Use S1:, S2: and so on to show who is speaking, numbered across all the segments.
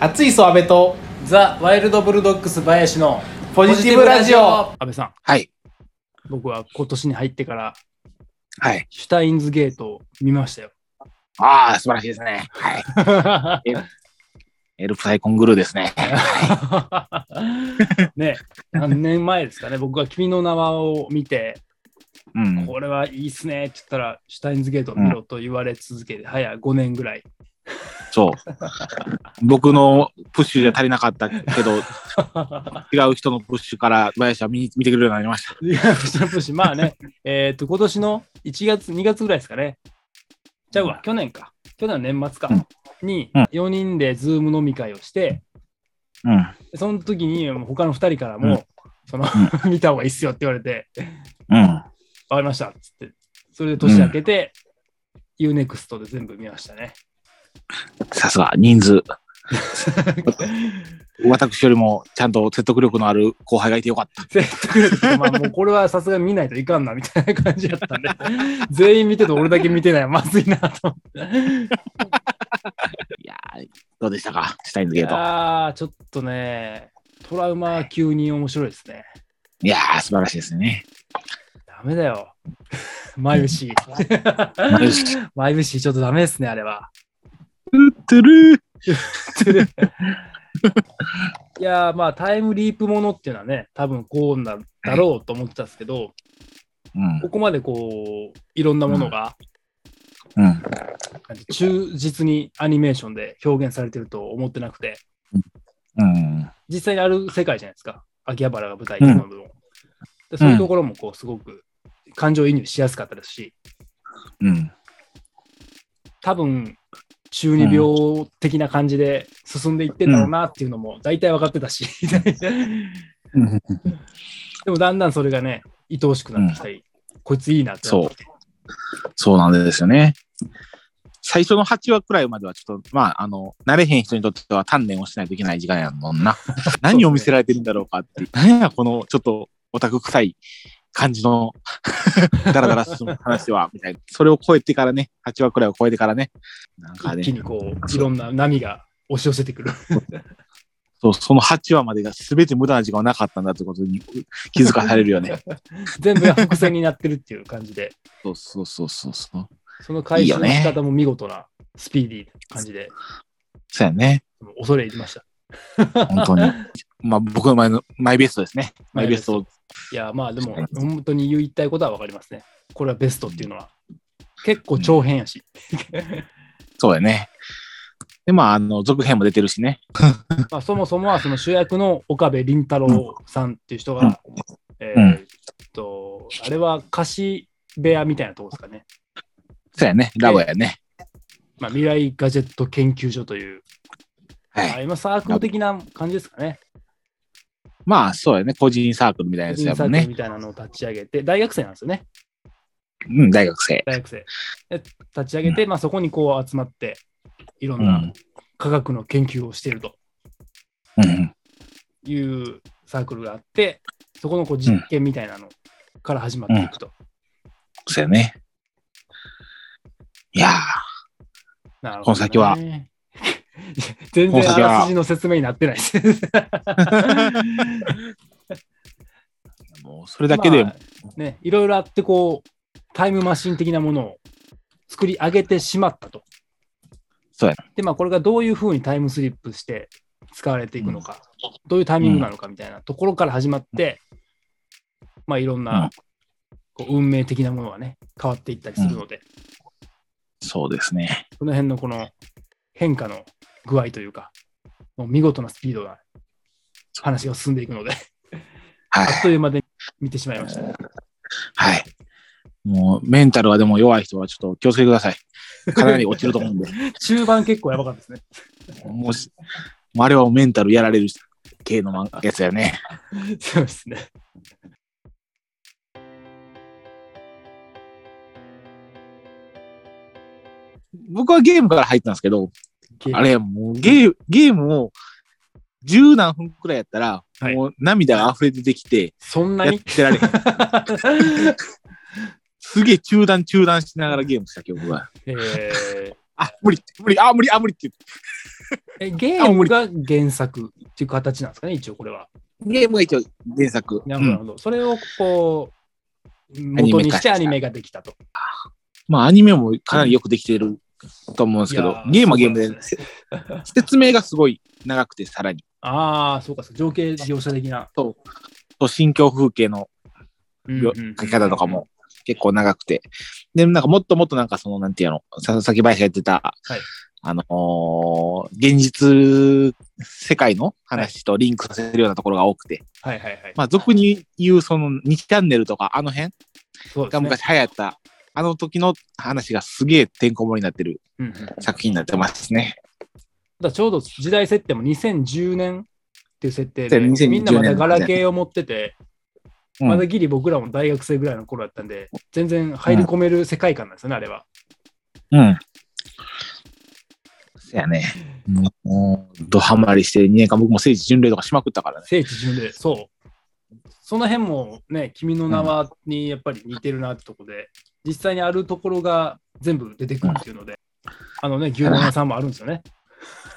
S1: 熱いソアベと
S2: ザ・ワイルド・ブルドッグス林の
S1: ポジティブラジオ。
S2: 安倍さん、
S3: はい。
S2: 僕は今年に入ってから
S3: はい。
S2: シュタインズゲートを見 ましたよ。
S3: ああ、素晴らしいですね。はい。エルプサイコングルーですね。
S2: ね、何年前ですかね、僕が君の名はを見て、
S3: うん。
S2: これはいいっすねって言ったら、シュタインズゲートを見ろと言われ続けて、早5年ぐらい。
S3: そう。僕のプッシュじゃ足りなかったけど、違う人のプッシュから、林は見に見てくれるようになりました。
S2: いやプシプシまあね、えっと、今年の1月、2月ぐらいですかね。じゃあ、去年か。去年の年末か。に、
S3: うん
S2: 4人でズーム飲み会をして、
S3: うん。
S2: その時にもう他の2人からも、
S3: うん
S2: その見た方がいいっすよって言われて、
S3: うん。
S2: わかりましたっつって、それで年明けて、UNEXT で全部見ましたね。
S3: さすが、人数。 私よりもちゃんと説得力のある後輩がいてよかった。
S2: 説得力ってまあもうこれはさすがに見ないといかんなみたいな感じだったんで、全員見てて俺だけ見てないはまずいなと思って。
S3: いやーどうでしたかシュタインズゲート。
S2: ああ、ちょっとね、トラウマ級に面白いですね。
S3: いやー素晴らしいですね。
S2: ダメだよ。 マイブシー。
S3: マイ ブシ
S2: マイブシーちょっとダメですね、あれは。
S3: てる
S2: いやーまあタイムリープものっていうのはね多分こうなんだろうと思ってたんですけど
S3: うん
S2: こ。こまでこういろんなものが
S3: うん。
S2: 忠実にアニメーションで表現されてると思ってなくて
S3: うん。
S2: 実際にある世界じゃないですか秋葉原が舞台なのでも、でそういうところもこうすごく感情移入しやすかったですし
S3: うん。
S2: 多分中二病的な感じで進んでいってんだろうなっていうのも大体分かってたし、
S3: うん。
S2: でもだんだんそれがね愛おしくなってきたり、こいついいなってなってきて
S3: そうなんですよね。最初の8話くらいまではちょっと、まあ、あの、慣れへん人にとっては鍛錬をしないといけない時間やも んな。何を見せられてるんだろうかって。何や、この、ちょっと、オタク臭い感じの、ダラダラ進む話は、みたいな。それを超えてからね、8話くらいを超えてからね。なんか
S2: 一
S3: ね、
S2: 気にこう
S3: そう
S2: いろんな波が押し寄せてくる
S3: そうその8話までが全て無駄な時間はなかったんだってことに気づかされるよ ね。
S2: 全部が伏線になってるっていう感じで
S3: そうそうそうそうそう。
S2: その回収の
S3: いいよね
S2: 仕方も見事なスピーディーな感じで
S3: そうやね。
S2: 恐れ入りました
S3: 本当に。まあ、僕の前の、マイベストですね。マイベストを
S2: いやまあでも
S3: 確か
S2: 本当に言いたいことは分かりますねこれはベストっていうのは結構長編やし、
S3: そうだね。で、まあ、あの、続編も出てるしね。
S2: まあ、そもそもはその主役の岡部倫太郎さんっていう人が、え
S3: う
S2: ー
S3: ん
S2: っと、あれは貸し部屋みたいなとこですかね。
S3: そうやね。ラボやね。
S2: まあ、未来ガジェット研究所という、
S3: は
S2: あ
S3: い。
S2: 今サークル的な感じですかね。
S3: まあ、そうやね。個人サークルみたいなやつ
S2: 人
S3: や
S2: サ
S3: もん
S2: ークル
S3: ね。
S2: みたいなのを立ち上げて、大学生なんですよね。
S3: うん、大学生。
S2: 大学生。で立ち上げて、まあ、そこにこう集まって、いろ
S3: うん。
S2: なん科学の研究をしていると
S3: うん。
S2: いうサークルがあって、そこのこう実験みたいなのから始まっていくと。
S3: そうやね。いやー、
S2: なるほどね
S3: この先は。
S2: 全
S3: この
S2: 然あ
S3: 先は
S2: らすじの説明になってないです。
S3: もうそれだけで、
S2: まあね、いろいろあってこうタイムマシン的なものを作り上げてしまったと。
S3: そうや
S2: でまあこれがどういうふうにタイムスリップして使われていくのか、どういうタイミングなのかみたいなところから始まって、まあいろんな、こう運命的なものがね変わっていったりするので、
S3: そうですね。
S2: その辺のこの変化の具合というか、もう見事なスピードが話が進んでい くので、
S3: は
S2: あ
S3: い。
S2: っという間で見てしまいました。
S3: はい。もう、メンタルはでも弱い人はちょっと気をつけてください。かなり落ちると 思うんで。
S2: 中盤結構やばかったですね。
S3: もし、もうあれはメンタルやられる系の漫画やつやね。
S2: そうですね。
S3: 僕はゲームから入ったんですけど、
S2: ゲーム
S3: あれ、もうゲーゲームを十何分くらいやったら、
S2: はい
S3: もう涙が溢れ出てきて、
S2: そんな
S3: やっ
S2: に
S3: て られへん。すげえ中断中断しながらゲームした記憶が。
S2: えー
S3: あ、無理無理あ、無理あ、無理って言って。
S2: え、ゲームが原作っていう形なんですかね、一応これは。
S3: ゲームが一応原作。
S2: な
S3: う
S2: る
S3: ん
S2: ほど。それをこう、元にしてアニメができたと。
S3: まあアニメもかなりよくできてると思うんですけ
S2: い
S3: ど
S2: や、
S3: ゲームはゲーム
S2: そう
S3: で
S2: で、
S3: せ説明がすごい長くて、さらに。
S2: ああ、そうか、そうか情景描写的な。
S3: と、心境風景の
S2: うんう
S3: 描
S2: ん
S3: き方とかも結構長くて。で、なんかもっともっとなんかその、なんていうの、さ先林がやってた、
S2: い
S3: あのー現実世界の話とリンクさせるようなところが多くて、
S2: はいはいはい。
S3: まあ俗に言うその2チャンネルとかあの辺
S2: そうで
S3: が
S2: すね。
S3: 昔流行った、あの時の話がすげえてんこ盛りになってる
S2: うんうん、だか
S3: 作品になってますね。
S2: らちょうど時代設定も2010年っていう設定で、
S3: 2010年
S2: みんなまだガラケーを持ってて、
S3: うん
S2: まだギリ僕らも大学生ぐらいの頃だったんで、全然入り込める世界観なんですよね、あれは。
S3: うん。そやね。もう、ドハマりして2年間僕も聖地巡礼とかしまくったからね。
S2: 聖地巡礼、そう。その辺もね、君の名はにやっぱり似てるなってとこで、実際にあるところが全部出てくるっていうので、あのね、牛丼屋さんもあるんですよね。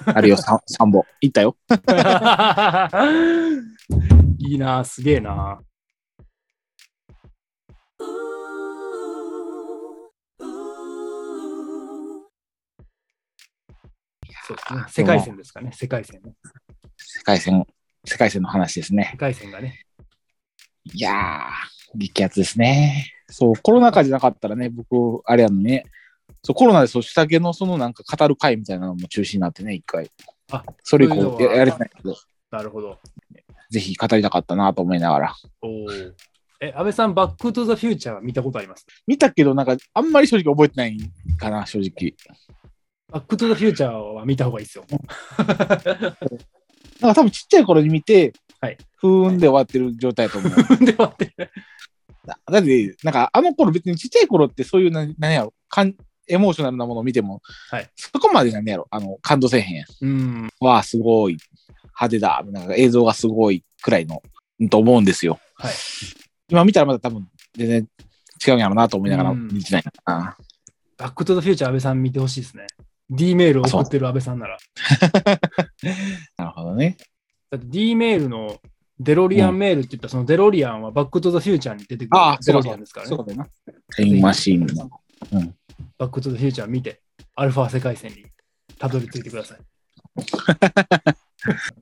S3: あるよ、3本。 行ったよ。
S2: いいな、すげえな。そうですね。世界線ですかね、世界線ね。
S3: 世界戦、世界戦の話ですね
S2: 世。界線がね。
S3: いやー、激アツですね。そう、コロナ禍じゃなかったらね、僕、あれやのね、そうコロナでそう、下着のそのなんか語る会みたいなのも中止になってね、一回。
S2: あ
S3: それ以
S2: そういうの
S3: 降
S2: は
S3: ややれてないけど、
S2: なるほど。
S3: ぜひ語りたかったなと思いながら。
S2: おーえ、安倍さん、バックトゥザフューチャーは見たことあります
S3: 見たけど、なんか、あんまり正直覚えてないかな、正直。
S2: バックトゥザフューチャーは見た方がいいですよ。
S3: なんか多分ちっちゃい頃に見て、
S2: はい
S3: ふーんで終わってる状態だと思う。
S2: で待って。
S3: だだって、なんかあの頃別にちっちゃい頃ってそういうな、なんやろ、かんエモーショナルなものを見ても、
S2: はい
S3: そこまでなんやろ、あの、感動せえへんやん。
S2: うん。
S3: わあ、すごい、派手だ、なんか映像がすごいくらいの、うんと思うんですよ。
S2: はい
S3: 今見たらまだ多分全然違うんやろうなと思いながら
S2: うん
S3: 見てないな。
S2: バックトゥザフューチャー安倍さん見てほしいですね。D メール送ってる安倍さんなら。
S3: なるほどね。
S2: だって D メールのデロリアンメールって言ったら、そのデロリアンはバックトゥザフューチャーに出てくる
S3: ああ、
S2: デロリアンですから
S3: そ
S2: ね
S3: う。だよな。タイムマシーンの。
S2: バックトゥザフューチャー見て、アルファ世界線にたどり着いてください。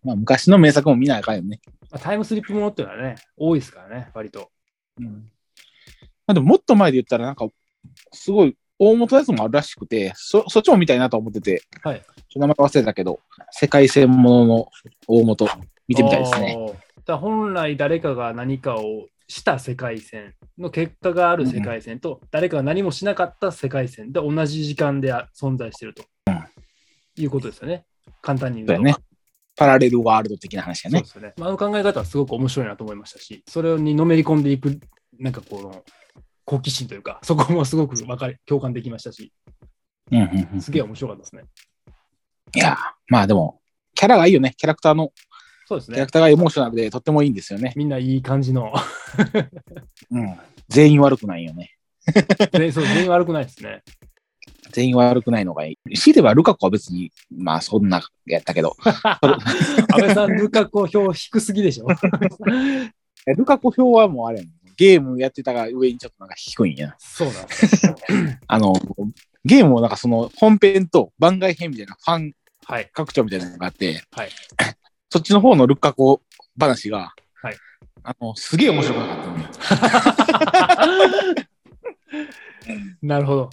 S3: まあ、昔の名作も見なあかんよね。
S2: まあ、タイムスリップものっていうのはね、多いですからね、割と。
S3: うんまあ、でももっと前で言ったら、なんか、すごい大元のやつもあるらしくて、そそっちも見たいなと思ってて、
S2: はい
S3: ちょっと名前忘れたけど、世界戦ものの大元、見てみたいですね。
S2: おー。だから本来誰かが何かをした世界線の結果がある世界線と、誰かが何もしなかった世界線で同じ時間で存在してると、いうことですよね。簡単に
S3: そう
S2: 言
S3: だ
S2: うと。
S3: ね。パラレルワールド的な話だ
S2: そう
S3: ね
S2: で。すよね。まあ、あの考え方はすごく面白いなと思いましたし、それにのめり込んでいく、なんかこの、好奇心というか、そこもすごくわかり共感できましたし、
S3: うんうんうん、
S2: すげえ面白かったですね。
S3: いやー、まあでも、キャラがいいよね。キャラクターの、
S2: そうです
S3: キャラ
S2: ね
S3: ク。ターがエモーショナルでとってもいいんですよね。
S2: みんないい感じの、
S3: うん。全員悪くないよね。
S2: 全員そう全員悪くないです ね。
S3: 全員悪くないのがいい。強いてはルカ子は別に、まあそんなやったけど、
S2: 安倍さん、ルカ子票低すぎでしょ。
S3: えルカ子票はもうあれやねゲームやってたが上にちょっとなんか低いんやな。
S2: そうなんですね。
S3: あの、ゲームをなんかその本編と番外編みたいなファン
S2: はい。
S3: 拡張みたいなのがあって、
S2: はい
S3: そっちの方のルカ子話が、
S2: はい
S3: あのすげえ面白くなかったのよ
S2: なるほど。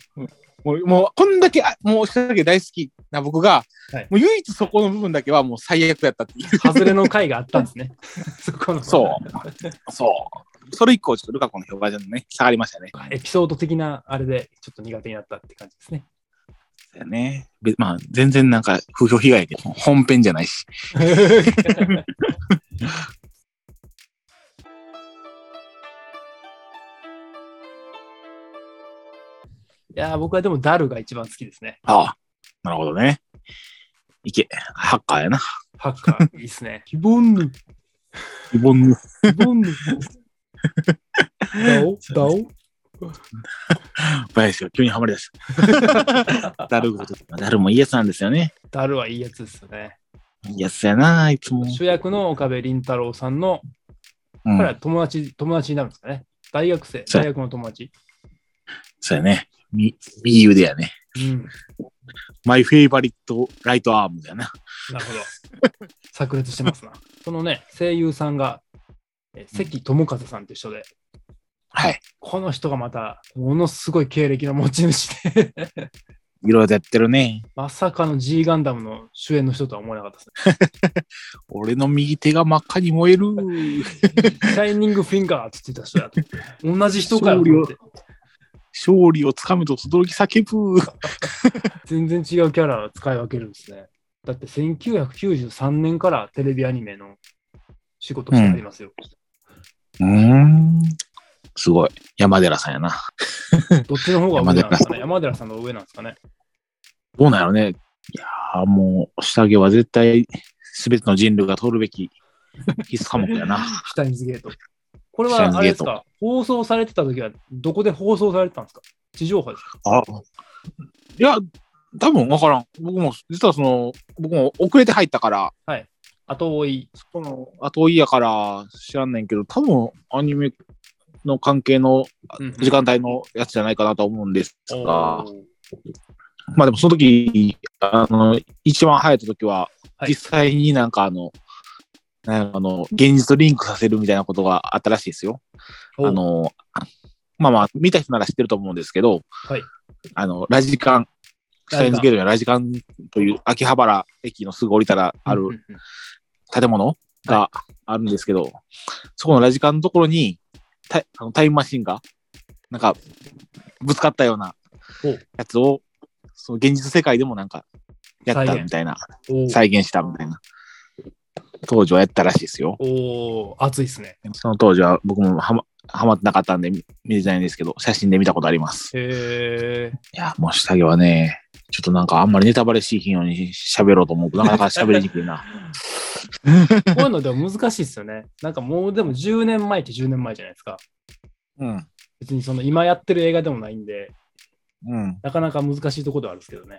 S3: もう、もうこんだけ、あもう仕掛け大好きな僕が、
S2: はい
S3: もう唯一そこの部分だけはもう最悪やった っていう。
S2: 外れの回があったんですね。 そこの。
S3: そう。そう。それ以降、ちょっとルカ子の評価じゃね、下がりましたね。
S2: エピソード的なあれで、ちょっと苦手になったって感じですね。
S3: そうやね。べまあ、全然なんか、風評被害やけど、本編じゃないし。
S2: いやー僕はでもダルが一番好きですね。
S3: ああ、なるほどね。いけ、ハッカーやな。
S2: ハッカ ー、いいっすね。希望ぬ、
S3: リボンヌ
S2: 希望ぬ。ダオ、ダオ。
S3: ばいですよ。急にハマりだ した。ダルことダルもいいやつなんですよね。
S2: ダルはいいやつですよね。
S3: いいやつやな、いつも。
S2: 主役の岡部倫太郎さんの、
S3: うん
S2: 彼は友達、友達になるんですかね。大学生、
S3: そう
S2: 大学の友達。
S3: そうやね。み右腕やね。
S2: うん。
S3: マイフェイバリットライトアームだよな。
S2: なるほど。炸裂してますな。そのね、声優さんが、え関智和さんと一緒で、
S3: はい。
S2: この人がまた、ものすごい経歴の持ち主で、
S3: いろいろやってるね。
S2: まさかの G ガンダムの主演の人とは思えなかったです
S3: 俺の右手が真っ赤に燃える。
S2: ね。シャイニングフィンガーって言ってた人だと思って。同じ人かよと思って。
S3: 勝利をつかめと轟き叫ぶ。
S2: 全然違うキャラを使い分けるんですね。だって1993年からテレビアニメの仕事をしてありますよ。
S3: うーん。すごい。山寺さんやな。
S2: どっちの方が上なんですかね山寺さんの方が上なんですかね
S3: どうなんやろね。いやーもう、下着は絶対、すべての人類が通るべき必須科目やな。
S2: シュタインズゲート。これ
S3: シュタイン
S2: は
S3: ズ
S2: あ
S3: ゲ
S2: れ
S3: ー
S2: で
S3: ト
S2: すか放送されてた時はどこで放送されてたんですか地上波ですか
S3: あいや、多分わからん。僕も、実はその、僕も遅れて入ったから、
S2: 後追い。
S3: その、後追いやから知らんねんけど、多分アニメの関係の時間帯のやつじゃないかなとは思うんですが
S2: お、ー
S3: まあでもその時、あの、一番入った時は、
S2: はい
S3: 実際になんかあの、なんかあの、現実とリンクさせるみたいなことがあったらしいですよ。
S2: お
S3: あの、まあまあ、見た人なら知ってると思うんですけど、
S2: はい
S3: あの、ラジカン、シュタインズゲートにはラジカンという秋葉原駅のすぐ降りたらあ
S2: うんうん
S3: る
S2: うん
S3: 建物があるんですけど、そこのラジカンのところにタイあのタイムマシンが、なんか、ぶつかったような
S2: お
S3: やつを、その現実世界でもなんか、やった
S2: 再現
S3: みたいな、
S2: おー
S3: 再現したみたいな、当時はやったらしいですよ。
S2: おー、熱いですね。
S3: その当時は僕もはまはまってなかったんで見見れてないんですけど、写真で見たことあります。
S2: へー。
S3: いや、もう下着はね、ちょっとなんかあんまりネタバレしひんように喋ろうと思うと、なかなか喋りにくいな。
S2: こういうのでも難しいですよね。なんかもうでも10年前って10年前じゃないですか。
S3: うん。
S2: 別にその今やってる映画でもないんで、
S3: うん。
S2: なかなか難しいところではあるんですけ どね。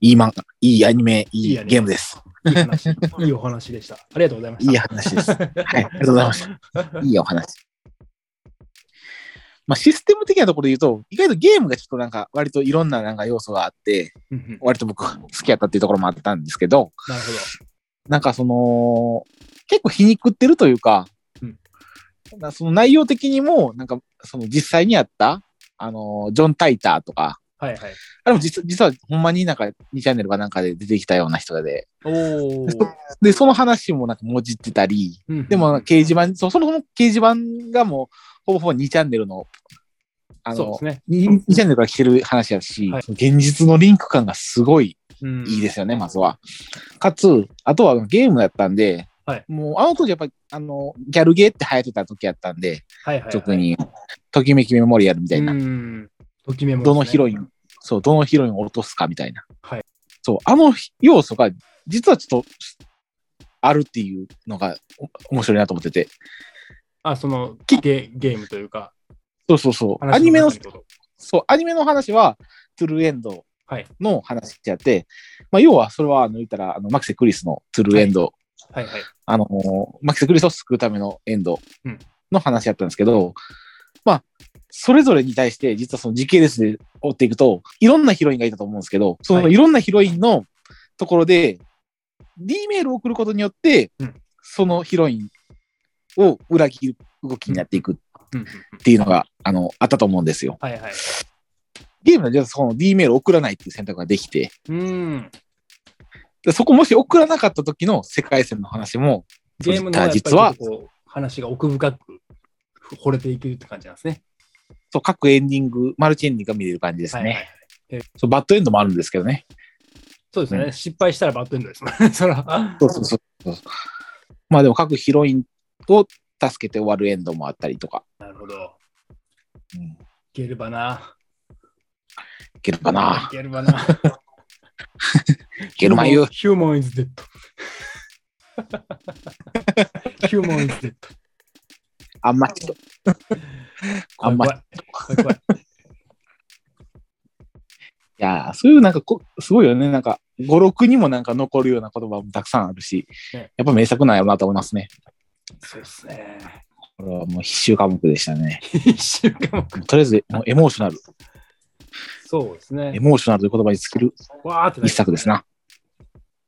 S3: いい漫画、いいアニメ、い
S2: いい
S3: い
S2: アニメ
S3: ゲームです。
S2: いい話、いいお話でした。ありがとうございました。
S3: いい話 です。はい、ありがとうございました。いいお話。まあ、システム的なところで言うと、意外とゲームがちょっとなんか、割といろんななんか要素があって、
S2: うんうん
S3: 割と僕好きやったっていうところもあったんですけど、
S2: なるほど。
S3: なんかその、結構皮肉ってるというか、
S2: うん
S3: なんかその内容的にも、なんかその実際にあった、あのージョン・タイターとか、
S2: はいはい。
S3: あれも実実はほんまになんか2チャンネルかなんかで出てきたような人で、
S2: おお。
S3: で、その話もなんか文字ってたり、
S2: うんうん
S3: でも、掲示板、そうそもそも掲示板がもうほぼほぼ2チャンネルの、あ
S2: そうで
S3: の
S2: す、ね。
S3: 2, チャンネルから来てる話やし、
S2: はい
S3: 現実のリンク感がすごい
S2: うん
S3: いいですよね、まずは。かつ、あとはゲームだったんで、
S2: はい
S3: もうあの当時やっぱりあのギャルゲーって流行ってた時やったんで、
S2: はいはいはい。
S3: 特にときめきメモリアルみたいな、
S2: うん。ときめも、
S3: どのヒロイン、。そう、どのヒロインを落とすかみたいな。
S2: はい
S3: そう、あの要素が実はちょっとあるっていうのがお面白いなと思ってて、
S2: あ、そのゲゲームというか、
S3: そうそうそう、アニメの
S2: 話中ってこと
S3: そう、アニメの話は、トゥルーエンド
S2: はい
S3: の話やって、まあ、要は、それは、あの、言ったら、あの、マキセ・クリスのトゥルーエンド、
S2: はいはい。
S3: あのーマキセ・クリスを救うためのエンド
S2: うん
S3: の話やったんですけど、まあ、それぞれに対して、実はその時系列で追っていくと、いろんなヒロインがいたと思うんですけど、その
S2: はい
S3: いろんなヒロインのところで、D メールを送ることによって、
S2: うん
S3: そのヒロインを裏切る動きになっていくっ
S2: うんうんうん
S3: ていうのが、あの、あったと思うんですよ。
S2: はいはい。
S3: ゲームではその D メールを送らないっていう選択ができて、
S2: うん。
S3: でそこもし送らなかった時の世界線の話も、
S2: ゲームの方がやっぱり
S3: 実は
S2: ちょっとこう話が奥深く惚れていくって感じなんですね。
S3: そう各エンディング、マルチエンディングが見れる感じですね、
S2: はいはい。
S3: そう。バッドエンドもあるんですけどね。
S2: そうです
S3: う
S2: ね。失敗したらバッドエンドですもんね。そら。
S3: そうそうそうそう。まあでも各ヒロインを助けて終わるエンドもあったりとか、
S2: なるほど。
S3: うん、い
S2: ゲルバな。
S3: けるかな。
S2: ゲルバ な。
S3: いけるまゆ。
S2: ヒューマンイズデッ ド。ヒューマンイズデッド。
S3: あんまちょっと、あんま
S2: 怖い怖い怖い。
S3: いやーそういうなんかこ、すごいよね。なんか、語録にもなんか残るような言葉もたくさんあるし、
S2: ね
S3: やっぱ名作なんやろうなと思いますね。
S2: そうですね。
S3: これはもう必修科目でしたね。
S2: 一週間も。
S3: とりあえず、もうエモーショナル。
S2: そうですね
S3: エ。モーショナルという言葉に尽きる
S2: わーってなりま
S3: 一
S2: すね
S3: 作ですな。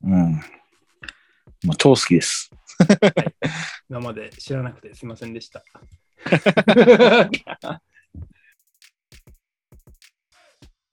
S3: うん。もう超好きです。
S2: 今まで知らなくてすいませんでした。